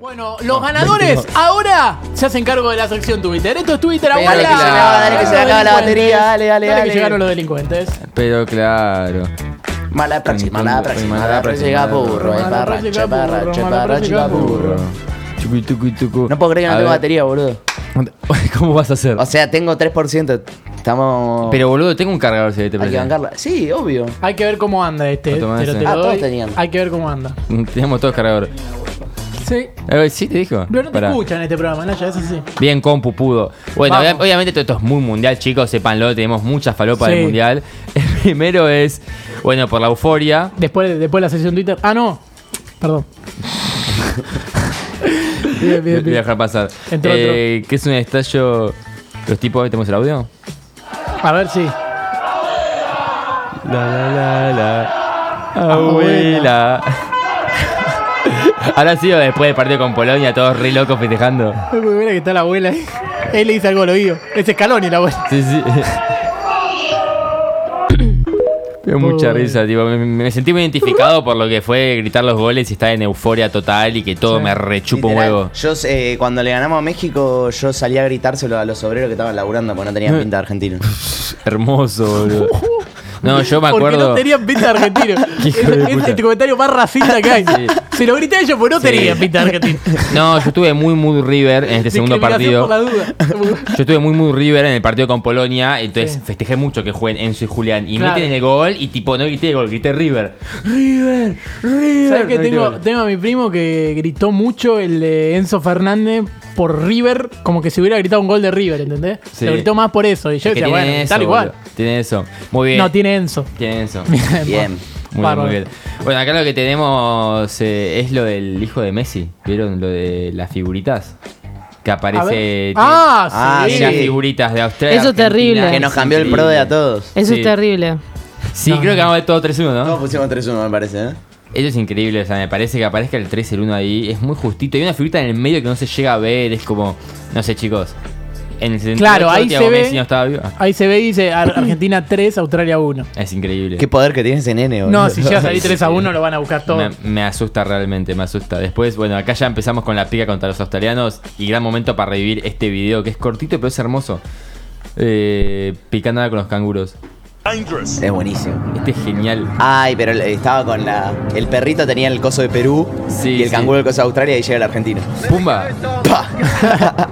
Bueno, los ganadores ahora se hacen cargo de la sección Twitter. Esto es Twitter, Pero abuela. dale que se le acaba, dale que se le acaba la Delincuentes. batería, dale, dale, Dale dale. que llegaron los delincuentes. Pero claro. Mala práctica, Entonces, mala práctica, mala práctica, burro. Mala eh, Barrache, práctica, burro, barrache, mala barrache, práctica, burro. Chucu, tucu, tucu. No puedo creer que no A tengo ver, batería, boludo. ¿Cómo vas a hacer? O sea, tengo 3%. Estamos. Pero boludo, tengo un cargador si te Hay que parece. bancarla. Sí, obvio. Hay que ver cómo anda este. Otro más, pero te eh. lo Ah, todos doy. tenían. Hay que ver cómo anda. Tenemos todos cargadores. Sí. A ver, ¿Sí te dijo? Pero no te Pará. escuchan en este programa, Naya, eso sí. Bien, compu pudo. Bueno, Vamos. obvia- obviamente todo esto es muy mundial, chicos, sépanlo, tenemos muchas falopas Sí. del mundial. El primero es, bueno, por la euforia. Después, después de la sesión Twitter. Ah, no. Perdón. bien, Voy bien, a bien. dejar pasar. Entró Eh, ¿Qué es un estallo? Los tipos, ¿tenemos el audio? A ver si. La la la la. Abuela. Abuela. Ahora sí, o después del partido con Polonia, todos re locos festejando. Ay, pues Mira que está la abuela ahí. Él le dice algo al oído. Es escalón y la abuela. Sí, sí. Veo mucha risa, tipo, me, me sentí muy identificado por lo que fue gritar los goles y estar en euforia total y que todo me rechupa un Literal, huevo. Yo, eh, cuando le ganamos a México, yo salí a gritárselo a los obreros que estaban laburando porque no Eh. tenían pinta de argentino. Hermoso, boludo. No, yo me Porque acuerdo. no tenían pinta de argentino. Hijo Ese- de ese es puta. el comentario más racista que hay. Se lo grité a ellos porque no Sí. tenían pinta de argentino. No, yo estuve muy, muy River en este segundo Discriminación partido. por la duda. Yo estuve muy, muy River en el partido con Polonia, entonces Sí. festejé mucho que jueguen Enzo y Julián. Y Claro. meten el gol y tipo, no grité el gol, grité River. River, River. ¿Sabes que No grité tengo, gol. tengo a mi primo que gritó mucho el de Enzo Fernández por River, como que si hubiera gritado un gol de River, ¿entendés? Sí. Lo gritó más por eso. Y yo Es que decía, tiene bueno, eso, tal igual. boludo. Tiene eso. Muy bien. No, tiene Enzo. Tiene eso. Bien. Muy bien, Bárbaro. muy bien. Bueno, acá lo que tenemos eh, es lo del hijo de Messi. ¿Vieron lo de las figuritas? Que A ver. aparece. ah, Ah, sí. tiene las figuritas de Australia. Eso es terrible. Argentina. Que nos cambió el pro de a todos. Eso Sí. es terrible. Sí, creo que vamos a ver todo 3-1, ¿no? Todos pusimos 3-1, me parece, ¿eh? Eso es increíble, o sea, me parece que aparezca el 3 el 1 ahí, es muy justito. Hay una figurita en el medio que no se llega a ver, es como, no sé, chicos. En el 78, Claro, ahí Thiago se ve- Messi no estaba vivo. Ah, Ahí se ve y dice Ar- Argentina 3, Australia 1. Es increíble. Qué poder que tiene ese nene, boludo. No, si llega a salir Sí. 3 a 1 lo van a buscar me, todos. me asusta realmente, me asusta. Después, bueno, acá ya empezamos con la pica contra los australianos y gran momento para revivir este video que es cortito pero es hermoso. Eh, picándola con los canguros. Es buenísimo. Este es genial. Ay, pero estaba con la. El perrito tenía el coso de Perú Sí, y el sí. canguro el coso de Australia y llega el argentino. ¡Pumba! ¡Pah!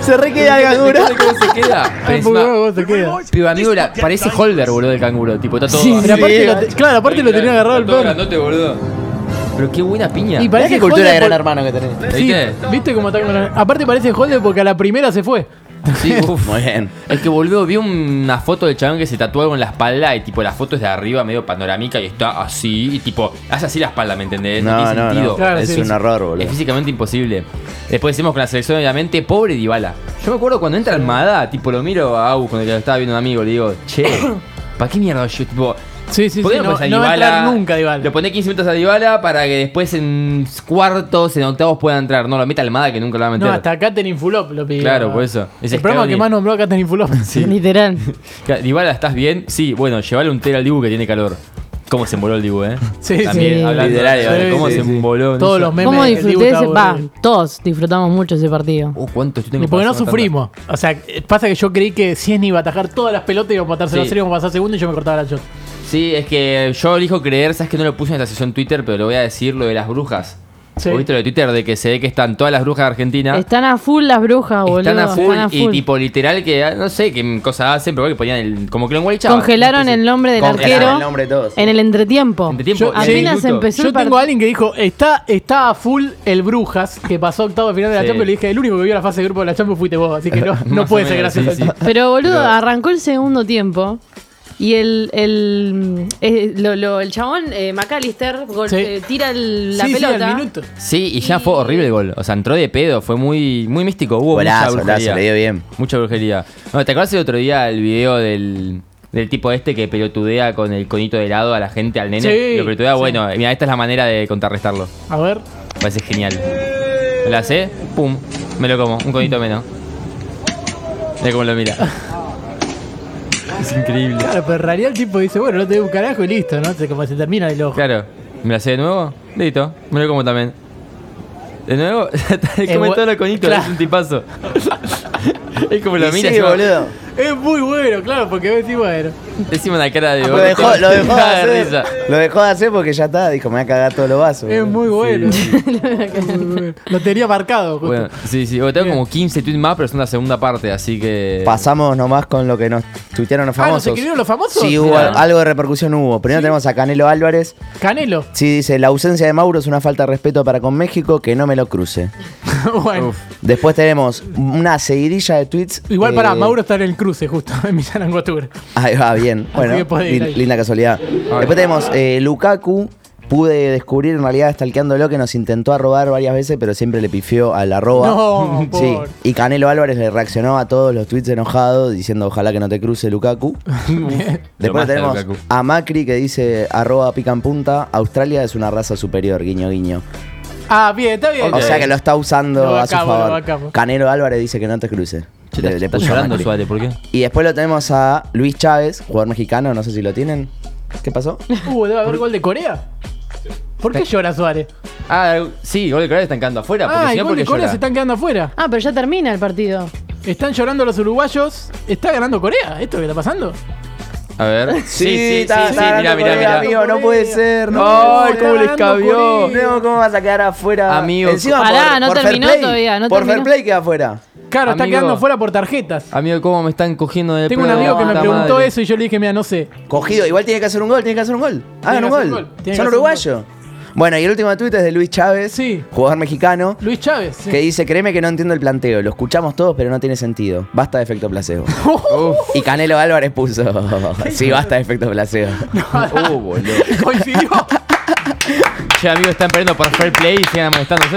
Se re queda el canguro. ¿Cómo se queda? Pero Ay, encima- por favor, se queda. Piba, amigo, la- parece Holder, boludo, del canguro. Tipo, está todo. Sí, así. pero aparte sí, lo te- claro, aparte lo tenía agarrado el perro. boludo. Pero qué buena piña. Y Mirá parece qué cultura de Holder gran por- hermano que tenés. Sí, ¿Viste? ¿viste cómo está con la- Aparte parece Holder porque a la primera se fue. Sí, uf. Muy bien. Es que boludo, vi una foto del chabón que se tatuó algo en la espalda y tipo la foto es de arriba, medio panorámica y está así y tipo, hace así la espalda, ¿me entendés? No, No, tiene no, sentido. no. Claro, es sí, un sí. horror, Es boludo. físicamente imposible. Después decimos con la selección, obviamente, pobre Dybala. Yo me acuerdo cuando entra Almada, tipo lo miro a Agus cuando lo estaba viendo un amigo, le digo, che, ¿para qué mierda yo? Tipo, Sí, sí, sí. ¿Por qué No, pones a no va a Dybala? entrar nunca, Dybala. Lo pone 15 minutos a Dybala para que después en cuartos, en octavos pueda entrar. No, lo meta Almada que nunca lo va a meter. No, hasta Katherine Fulop lo pidió. Claro, por eso. Es el programa Scaloni. que más nombró a Katherine Fulop. Literal. Claro, Dybala, ¿estás bien? Sí, bueno, llevale un tela al Dibu que tiene calor. ¿Cómo se emboló el Dibu, eh? Sí, También, sí. hablando de Literal, Dybala, sí, ¿Cómo sí, se sí. emboló? No Todos sé. los memes. ¿Cómo el Dibu disfruté estaba ese? Va, aburrido. todos disfrutamos mucho ese partido. Uh, ¿Cuántos yo tengo Y que porque no pasar tanta- sufrimos. O sea, eh, pasa que yo creí que Ciesny iba a atajar todas las pelotas y iba a matarse Sí. la serie, iba a pasar segundo y yo me cortaba la shot. Sí, es que yo elijo creer, sabes que no lo puse en esta sesión Twitter, pero lo voy a decir lo de las brujas. Sí. ¿Viste lo de Twitter de que se ve que están todas las brujas de Argentina? Están a full las brujas, Ah, boludo. ¿Ah? Están a full y tipo literal que ah, no sé qué cosa hacen, pero que ponían el, como que lo engualichaban. Congelaron el nombre del Congelaron arquero el nombre de todos. en el entretiempo. Entretiempo, Yo- diez apenas minutos. empezó Yo el partido. tengo a alguien que dijo, está, está a full el Brujas, que pasó octavo de final de la Sí. Champions, y le dije, el único que vio la fase de grupo de la Champions fuiste vos, así que no, Más no o puede ser menos, gracioso. sí, sí. Pero boludo, Pero- arrancó el segundo tiempo y el, el, eh, lo- lo- el chabón eh, McAllister gol- Sí. eh, tira el- la Sí, sí, al pelota. minuto. Sí, y ya fue horrible el gol. O sea, entró de pedo, fue muy, muy místico. Hubo Golazo, mucha golazo, brujería. le dio bien. Mucha brujería. No, ¿Te acuerdas el otro día el video del, del tipo este que pelotudea con el conito de helado a la gente, al nene? Sí, Lo pelotudea, sí. bueno, mira, esta es la manera de contrarrestarlo. A ver, Me parece genial. Me la sé, pum, me lo como, un conito menos. Mira cómo lo mira. Es increíble. claro, pero en realidad el tipo dice, bueno, no te doy un carajo y listo, ¿no? Se, como se termina el ojo. Claro, me la sé de nuevo, listo, me lo como también. De nuevo, bu- comentalo con Hito, Claro. es un tipazo. es como lo Y mira, sí, encima- boludo. Es muy bueno, claro, porque ves y bueno. encima una cara de Ah, Lo orto, dejó, lo dejó de cagada de hacer. risa. Lo dejó de hacer porque ya está. Dijo, me voy a cagar todos los vasos. Es boludo. muy bueno. Es muy bueno. Lo tenía marcado, justo. Bueno, sí, sí, bueno, tengo Bien. como 15 tweets más, pero son la segunda parte, así que. Pasamos nomás con lo que nos tuitearon los Ah, ¿nos famosos. escribieron los famosos? Sí, hubo Mirá. al- algo de repercusión hubo. Primero tenemos a Canelo Álvarez. Canelo. Sí, dice, la ausencia de Mauro es una falta de respeto para con México, que no me lo cruce. bueno. Uf. Después tenemos una seguidilla de tweets. Igual eh, para Mauro está en el cruce, justo, en mi Angotura. Ahí va, bien. Bueno, que podés ir lin- ahí. linda casualidad. Después tenemos eh, Lukaku. Pude descubrir en realidad stalkeándolo que nos intentó arrobar varias veces, pero siempre le pifió al arroba. No, sí. por- Y Canelo Álvarez le reaccionó a todos los tweets enojados diciendo ojalá que no te cruce Lukaku. Lo Después mata tenemos Lukaku. a Macri que dice arroba pica en punta, Australia es una raza superior, guiño guiño. Ah, bien, está bien. O está sea que bien. lo está usando Lo a su bancamos, lo favor. bancamos. Canelo Álvarez dice que no te cruce. Che, Le- está- le está puso a llorando, Macri. Suárez, ¿por qué? Y después lo tenemos a Luis Chávez, jugador mexicano, no sé si lo tienen. ¿Qué pasó? Uh, debe haber gol de Corea. ¿Por qué llora Suárez? Ah, sí, gol de Corea están quedando afuera. Porque Ah, si el no, gol porque de Corea llora. se están quedando afuera. Ah, pero ya termina el partido. Están llorando los uruguayos. Está ganando Corea. ¿Esto que está pasando? A ver. Sí, sí, sí, está- sí, está mirá, ganando mirá, Corea, mirá. Amigo, no puede ser, no. Ay, puede cómo ser. le escabió. No, ¿cómo vas a quedar afuera? Amigo, Encima Pará, por- no por fair terminó play. todavía, no Por fair terminó. play queda afuera. Claro, está Amigo. quedando afuera por tarjetas. Amigo, ¿cómo me están cogiendo de Tengo un pedo, amigo la que me puta preguntó madre? eso y yo le dije, mira, no sé. Cogido, igual tiene que hacer un gol, tiene que hacer un gol. Hagan que un hacer un gol. gol, tiene que Son hacer un uruguayos. Bueno, y el último tweet es de Luis Chávez, Sí. jugador mexicano. Luis Chávez. sí. Que dice, créeme que no entiendo el planteo, lo escuchamos todos, pero no tiene sentido. Basta de efecto placebo. Uf, Y Canelo Álvarez puso, sí, basta de efecto placebo. uh, boludo. Coincidió. Che, amigo, están perdiendo por fair play y siguen amonestándose.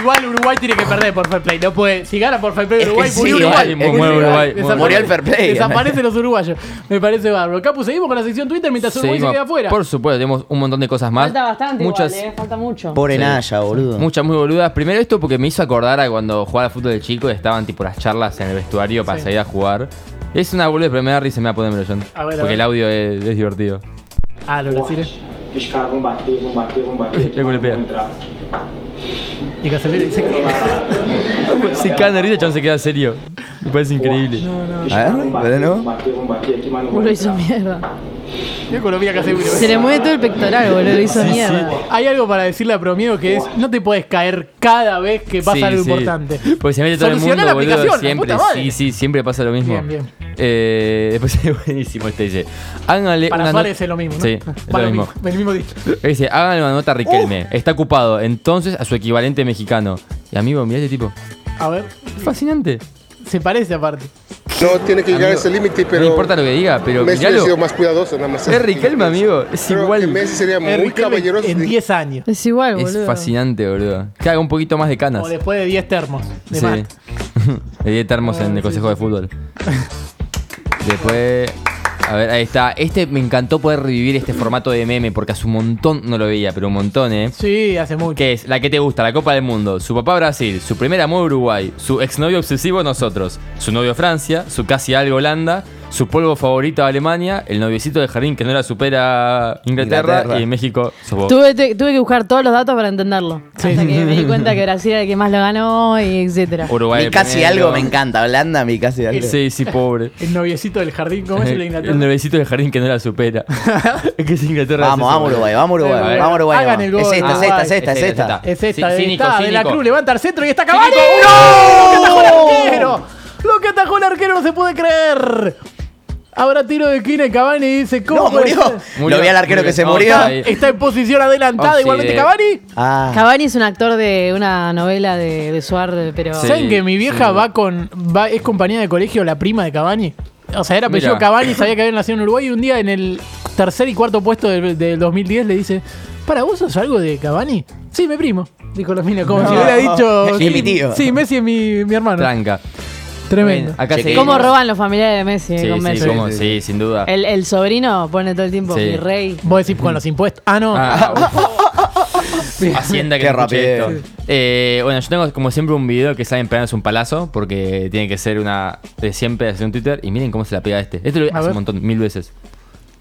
Igual Uruguay tiene que perder por fair play. No puede. Si gana por fair play Es que Uruguay, sí, murió igual, Uruguay. es que Murió sí, Uruguay. igual. Murió el fair play. Desaparecen los uruguayos. Me parece bárbaro. Capu, seguimos con la sección Twitter mientras Uruguay se Seguimos. queda afuera. Por supuesto, tenemos un montón de cosas más. Falta bastante, Muchas, igual, eh, falta mucho. Pobre Sí. Naya, boludo. Muchas muy boludas. Primero esto porque me hizo acordar a cuando jugaba al fútbol de chico y estaban tipo las charlas en el vestuario para Sí. salir a jugar. Es una boluda, pero me da risa, me va a ponerme yo. A ver, a Porque ver. el audio es, es divertido. Ah, los brasileños. Os caras vão bater, vão bater, vão bater. Eu golpeei. Vão entrar. Y Casemiro dice que- Si cae de risa, el chabón se queda serio. Me parece increíble. Os Ah, caras é? vão Tá bater, vendo? vão bater, vão bater aqui, mas não vão Uh, lo hizo entrar. mierda. Mira cómo lo mira Casemiro. Se le mueve todo el pectoral, boludo. Lo hizo mierda. Hay algo para decirle a Promiego que es no te puedes caer cada vez que pasa Sí, algo sí. importante. Porque se mete todo el mundo, Solucioná la boludo, aplicación, la siempre. puta madre. sí, sí, siempre pasa lo mismo. Bien, bien. Eh, después es buenísimo este dice. Háganle Para Eh, una Suárez nota- es lo mismo, ¿no? Sí, es Para lo mismo. El mismo dicho. Dice, háganle una nota a Riquelme. Está ocupado. Entonces a su equivalente mexicano. Y amigo, mirá este tipo. A ver, Fascinante. se parece aparte. No tiene que llegar Amigo, a ese límite, pero. No importa lo que diga, pero Messi ha miralo. sido más cuidadoso, nada más. Es Riquelme, amigo. Es Creo igual. que Messi sería muy Enrique caballeroso. en 10 años. Es igual, Es boludo. fascinante, boludo. Que haga un poquito más de canas. O después de 10 termos. De Sí. mate. Le di termos en el consejo de fútbol. Después. A ver, ahí está. Este me encantó poder revivir este formato de meme porque hace un montón no lo veía, pero un montón, ¿eh? Sí, hace mucho. Que es la que te gusta, la Copa del Mundo, su papá Brasil, su primer amor Uruguay, su exnovio obsesivo nosotros, su novio Francia, su casi algo Holanda, su polvo favorito Alemania, el noviecito del jardín que no la supera Inglaterra, Inglaterra. y México sos vos. Tuve, te- tuve que buscar todos los datos para entenderlo. Sí. Hasta que me di cuenta que Brasil era el que más lo ganó y etcétera. Uruguay. Mi el casi primero. algo me encanta. Holanda, mi casi algo. Sí, sí, pobre. El noviecito del jardín, ¿cómo es el de Inglaterra? El novecito del jardín que no la supera. Es que es Inglaterra. Vamos, hace eso, vamos Uruguay, vamos Eh, Uruguay, bueno. vamos Uruguay. Hagan vamos. el gol, Es esta, es esta, Uruguay. es esta, es esta. Es esta, Sí, de, cínico, está, de la cínico. Cruz, levanta al centro y está Cavani. ¡No! ¡Lo que atajó el arquero! ¡Lo que atajó el arquero no se puede creer! Ahora tiro de esquina y Cavani dice, ¿cómo No, puede murió. ser? Murió, Lo vi al arquero que se murió. murió. Vamos, ahí. Oh, eh. Está en posición adelantada Once igualmente de- Cavani. Ah, Cavani es un actor de una novela de, de Suar, pero. Sí. ¿Saben que mi vieja sí. va con. Va, es compañía de colegio, la prima de Cavani? O sea, era apellido Mira. Cavani, sabía que había nacido en Uruguay y un día en el tercer y cuarto puesto del, del 2010 le dice: ¿Para vos sos algo de Cavani? Sí, mi primo. Dijo la mina, como si hubiera dicho. Es sí, mi tío. Sí, Messi es mi, mi hermano. Tranca. Tremendo. Bueno, acá Che, seguimos. ¿Cómo roban los familiares de Messi eh, Sí, con sí, Messi? cómo- sí, sin duda. El, el sobrino pone todo el tiempo Sí. mi rey. Vos decís con los impuestos. Ah, no. Ah, uf. Hacienda que Qué no escuche rapidez. esto. Eh, bueno, yo tengo como siempre un video que sale en Planas un palazo, porque tiene que ser una de siempre hacer un Twitter. Y miren cómo se la pega este. Este lo vi A hace ver. un montón, mil veces.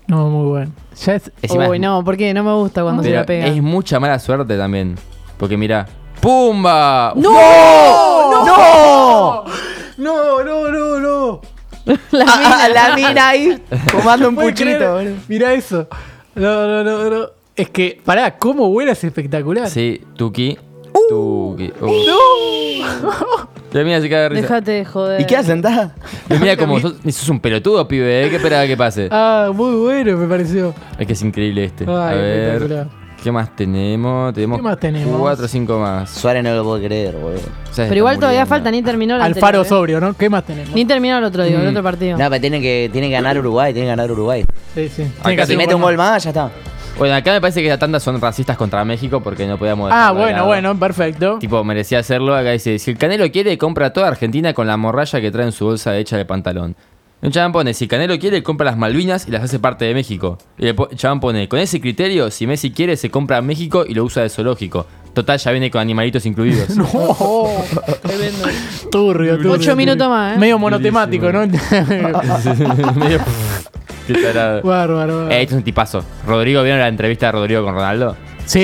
No, muy bueno. Ya es. Encima Uy, es- no, porque no me gusta cuando se pero la pega. es mucha mala suerte también. Porque mirá. ¡Pumba! ¡No! ¡Oh, ¡No! No, no, no, no. La mina. Ah, la mina ahí fumando un ¿Pueden creer? puchito, boludo. Mirá eso. No, no, no, no. Es que, pará, cómo vuela es espectacular. Sí, Tuki. Tuki. Uh. La mina se cae de risa. Déjate de joder. ¿Y qué hacen, ta? La mina como, sos, sos un pelotudo, pibe, ¿eh? ¿Qué esperaba que pase? Ah, muy bueno me pareció. Es que es increíble este. A Ay, ver. espectacular. ¿Qué más tenemos? tenemos ¿Qué más tenemos? Cuatro o cinco más. Suárez no lo puedo creer, boludo. O sea, Pero está igual todavía muriendo. falta, ni terminó el Alfaro anterior, sobrio, ¿no? ¿Qué más tenemos? ¿eh? Ni terminó el otro, digo, Mm. el otro partido. No, pero tiene que, tiene que ganar Uruguay, tiene que ganar Uruguay. Sí, sí. Tiene Acá que se Si hacer mete un buen- gol más, ya está. Bueno, acá me parece que la tanda son racistas contra México porque no podíamos. Ah, dejarlo de bueno, lado. bueno, perfecto. Tipo, merecía hacerlo. Acá dice: Si el Canelo quiere, compra toda Argentina con la morralla que trae en su bolsa hecha de pantalón. Un chabón pone: Si Canelo quiere, compra las Malvinas y las hace parte de México. Y el po- chabón pone: Con ese criterio, si Messi quiere, se compra México y lo usa de zoológico. Total, ya viene con animalitos incluidos. Oh, Turbio, turbio. Ocho turbio. minutos más, ¿eh? Medio monotemático, ¿no? Medio- Qué tarado. Bárbaro. bárbaro. Eh, este es un tipazo. Rodrigo, ¿vieron la entrevista de Rodrigo con Ronaldo? Sí.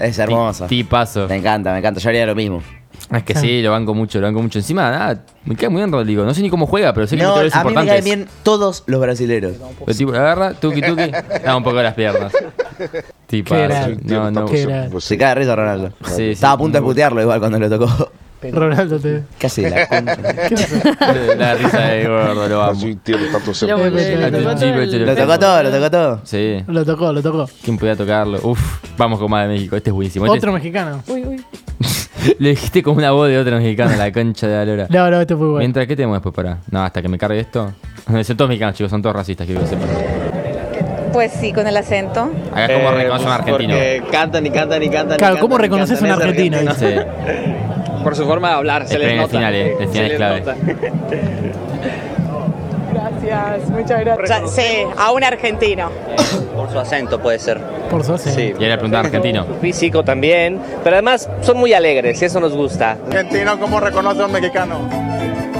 eh, Es hermoso. Ti- Tipazo. Me encanta, me encanta. Yo haría lo mismo. Ah, Es que sí, lo banco mucho, lo banco mucho. Encima, nada, me cae muy bien Rodrigo. No sé ni cómo juega, pero sé que No, mete a goles mí me importantes. caen bien todos los brasileros. El tipo agarra, tuki tuki, da un poco de las piernas. Tipo, Qué grande. no, no. Qué grande. Se cae de risa Ronaldo. Sí, sí. Estaba a punto de putearlo igual cuando lo tocó. Ronaldo te. Casi la punta. La risa de gordo, lo amo. Assim, tendo tanto pues, Lo- Eh, certeza. le- le eh, tocó eh, todo Lo tocó todo, eh, el- lo tocó todo. Sí, Lo tocó, lo tocó. ¿quién podía tocarlo? Uf, vamos con más de México, este es buenísimo. Este Otro mexicano. Uy, uy. es- Lo dijiste con una voz de otro mexicano, la concha de la lora. No, no, este fue bueno. Mientras, ¿qué tenemos después para? No, hasta que me cargue esto. Son todos mexicanos, chicos, son todos racistas, quiero que sepan. Pues sí, con el acento. Acá es Eh, como reconoce un argentino. Porque cantan y cantan y cantan. y Claro, ¿cómo cantan y reconoces cantan, un es argentino? Sí. Por su forma de hablar, se les Esperen el nota. final, eh, el final Se es les clave. nota. O sea, sí, a un argentino. Por su acento puede ser. Por su hace. Sí. Y ahí le preguntan argentino. Físico también. Pero además son muy alegres y eso nos gusta. Argentino, ¿cómo reconoce a un mexicano?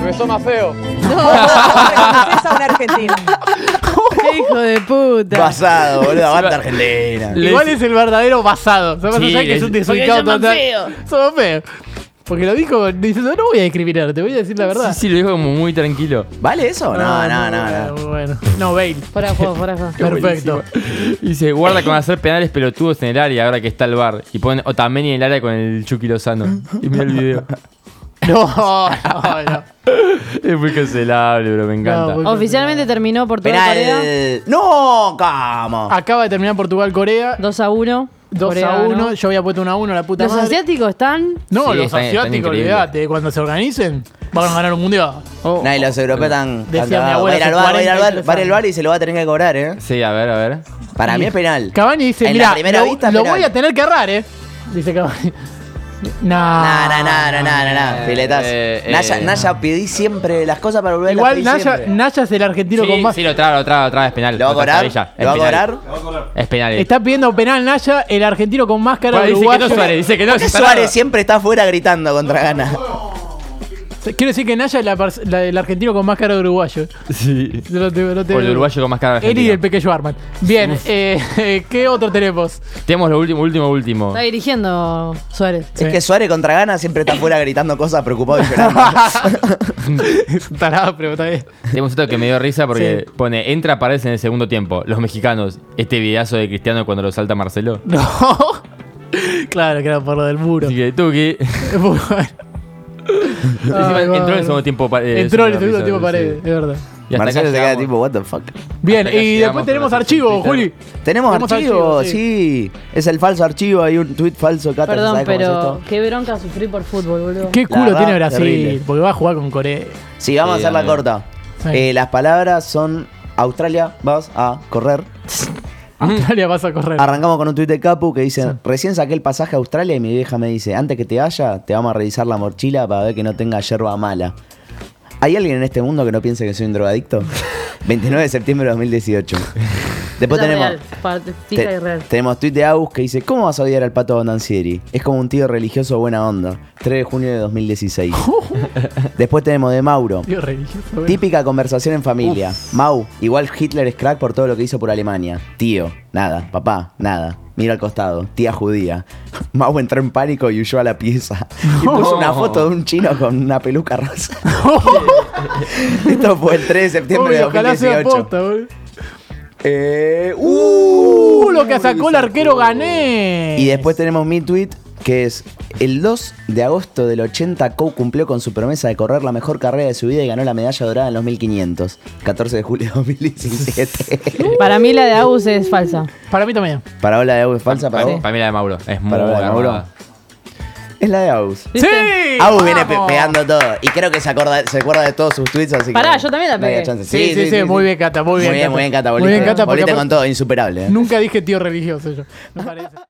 Reconoces a un argentino. ¡Qué hijo de puta! Pasado, boludo. Aguanta Argentina. Igual es el verdadero basado. Se Sí, sí, que le- es un Porque desubicado llaman total. feo. Somos feos. Porque lo dijo diciendo, no voy a discriminar, te voy a decir la verdad. Ah, Sí, sí, lo dijo como muy tranquilo. ¿Vale eso? No, no, Ah, no. bueno, no. Bueno, no, Bale. Fuera de juego, fuera de juego. Perfecto. Y se guarda con hacer penales pelotudos en el área ahora que está el bar. Y ponen Otamendi en el área con el Chucky Lozano. Y mira el video. No, no, no. Es muy cancelable, pero me encanta. No, Oficialmente terminó por toda eh, Corea. Penal. No, cómo. Acaba de terminar Portugal-Corea. 2 a 1. 2 a 1. Yo había puesto 1 a 1, la puta Los madre. asiáticos están. No, los Sí, están- están asiáticos, increíbles. olvídate. Cuando se organicen, van a ganar un mundial. Nah, y los europeos están. Decía están mi cagados. Va a ir al abuela bar, va a ir al hace bar, va a ir al bar y se lo va a tener que cobrar, ¿eh? Sí, a ver, a ver. Para mí es penal. Cavani dice, En mira, la primera lo, vista, lo penal. voy a tener que errar, eh. Dice Cavani. Nah. Ah. Nah, nah, nah, nah, nah, nah, nah. Eh, Filetazo. eh, Naya, eh. Naya pedí siempre las cosas para volver Igual las pedí Naya, siempre. Naya es el argentino Sí, con más. sí, lo trae, lo trae, lo trae, es penal. ¿Lo va a Otra cobrar? tabilla, ¿Lo va a es penal. cobrar? Es penal. Está pidiendo penal Naya, el argentino con máscara Eh. Bueno, de dice que uruguayo. no Suárez, dice que no. ¿Por qué está parado. Suárez siempre está afuera gritando contra Gana? Quiero decir que Naya es la, pers- la- el argentino con máscara de uruguayo. Sí. No te- no te- Por el uruguayo con más cara de Él y el argentino. pequeño Arman. Bien, eh, ¿qué otro tenemos? Tenemos lo último, último, último. Está dirigiendo Suárez. Sí. Es que Suárez contra Gana siempre está afuera gritando cosas, preocupado y llorando. Es un tarado, pero está bien. Tenemos esto que me dio risa porque pone, entra, aparece en el segundo tiempo. Los mexicanos, este videazo de Cristiano cuando lo salta Marcelo. No. claro, claro, por lo del muro. Así que Tuki. Bueno. Encima Ay, entró Ah, en bueno. el segundo tiempo pa- eh, Entró en el Super segundo Rizzo, tiempo sí. pared, es verdad. Y hasta Marcelo acá se queda llegamos. tipo, what the fuck. Bien, acá y llegamos después con tenemos las archivo, entrevistas. Juli. Tenemos Tenemos archivo, archivo, sí. sí. Es el falso archivo, hay un tuit falso, Cata, Perdón, ¿sabes cómo es pero esto? qué bronca sufrí por fútbol, boludo. ¿Qué La culo verdad, tiene Brasil? terrible. Porque va a jugar con Corea. Sí, vamos Sí, a hacer la amigo. corta. Sí. Eh, las palabras son Australia, vas a correr. Australia vas a correr. Ah, Arrancamos con un tuit de Capu que dice, recién saqué el pasaje a Australia y mi vieja me dice, antes que te vaya, te vamos a revisar la mochila para ver que no tenga yerba mala. ¿Hay alguien en este mundo que no piense que soy un drogadicto? 29 de septiembre de 2018. Después Está tenemos... real, partita Te- y real. Tenemos tweet de Agus que dice: ¿Cómo vas a odiar al pato Bondancieri? Es como un tío religioso buena onda. 3 de junio de 2016. Después tenemos de Mauro. Dios religioso. bueno. Típica conversación en familia. Mau, igual Hitler es crack por todo lo que hizo por Alemania. Tío, nada. Papá, nada. Mira al costado, tía judía. Mau entró en pánico y huyó a la pieza. Y puso una foto de un chino con una peluca rosa. Esto fue el 3 de septiembre Uy, de ojalá sea 2018. posta, boludo. Eh, uh, Uh, lo que sacó el arquero gané. Y después tenemos mi tweet, que es el 2 de agosto del 80, Coe cumplió con su promesa de correr la mejor carrera de su vida y ganó la medalla dorada en los 1500. 14 de julio de 2017. Para mí la de Agus es falsa. Para mí también. Para hablar de Agus, falsa para vos. Para mí la de Mauro. Es muy Para hablar de Mauro. armada. Es la de Agus. ¡Sí! Agus viene pe- ¡Vamos! pegando todo. Y creo que se, acorda- se acuerda de todos sus tweets, así que Pará, yo también la no había pegué. chance. Sí, sí, sí, muy bien, Cata, muy bien, Muy bien, Cata. muy bien, Cata. Muy volviste. bien, Cata, porque Volviste aparte- con todo, insuperable. ¿eh? Nunca dije tío religioso yo. Me parece.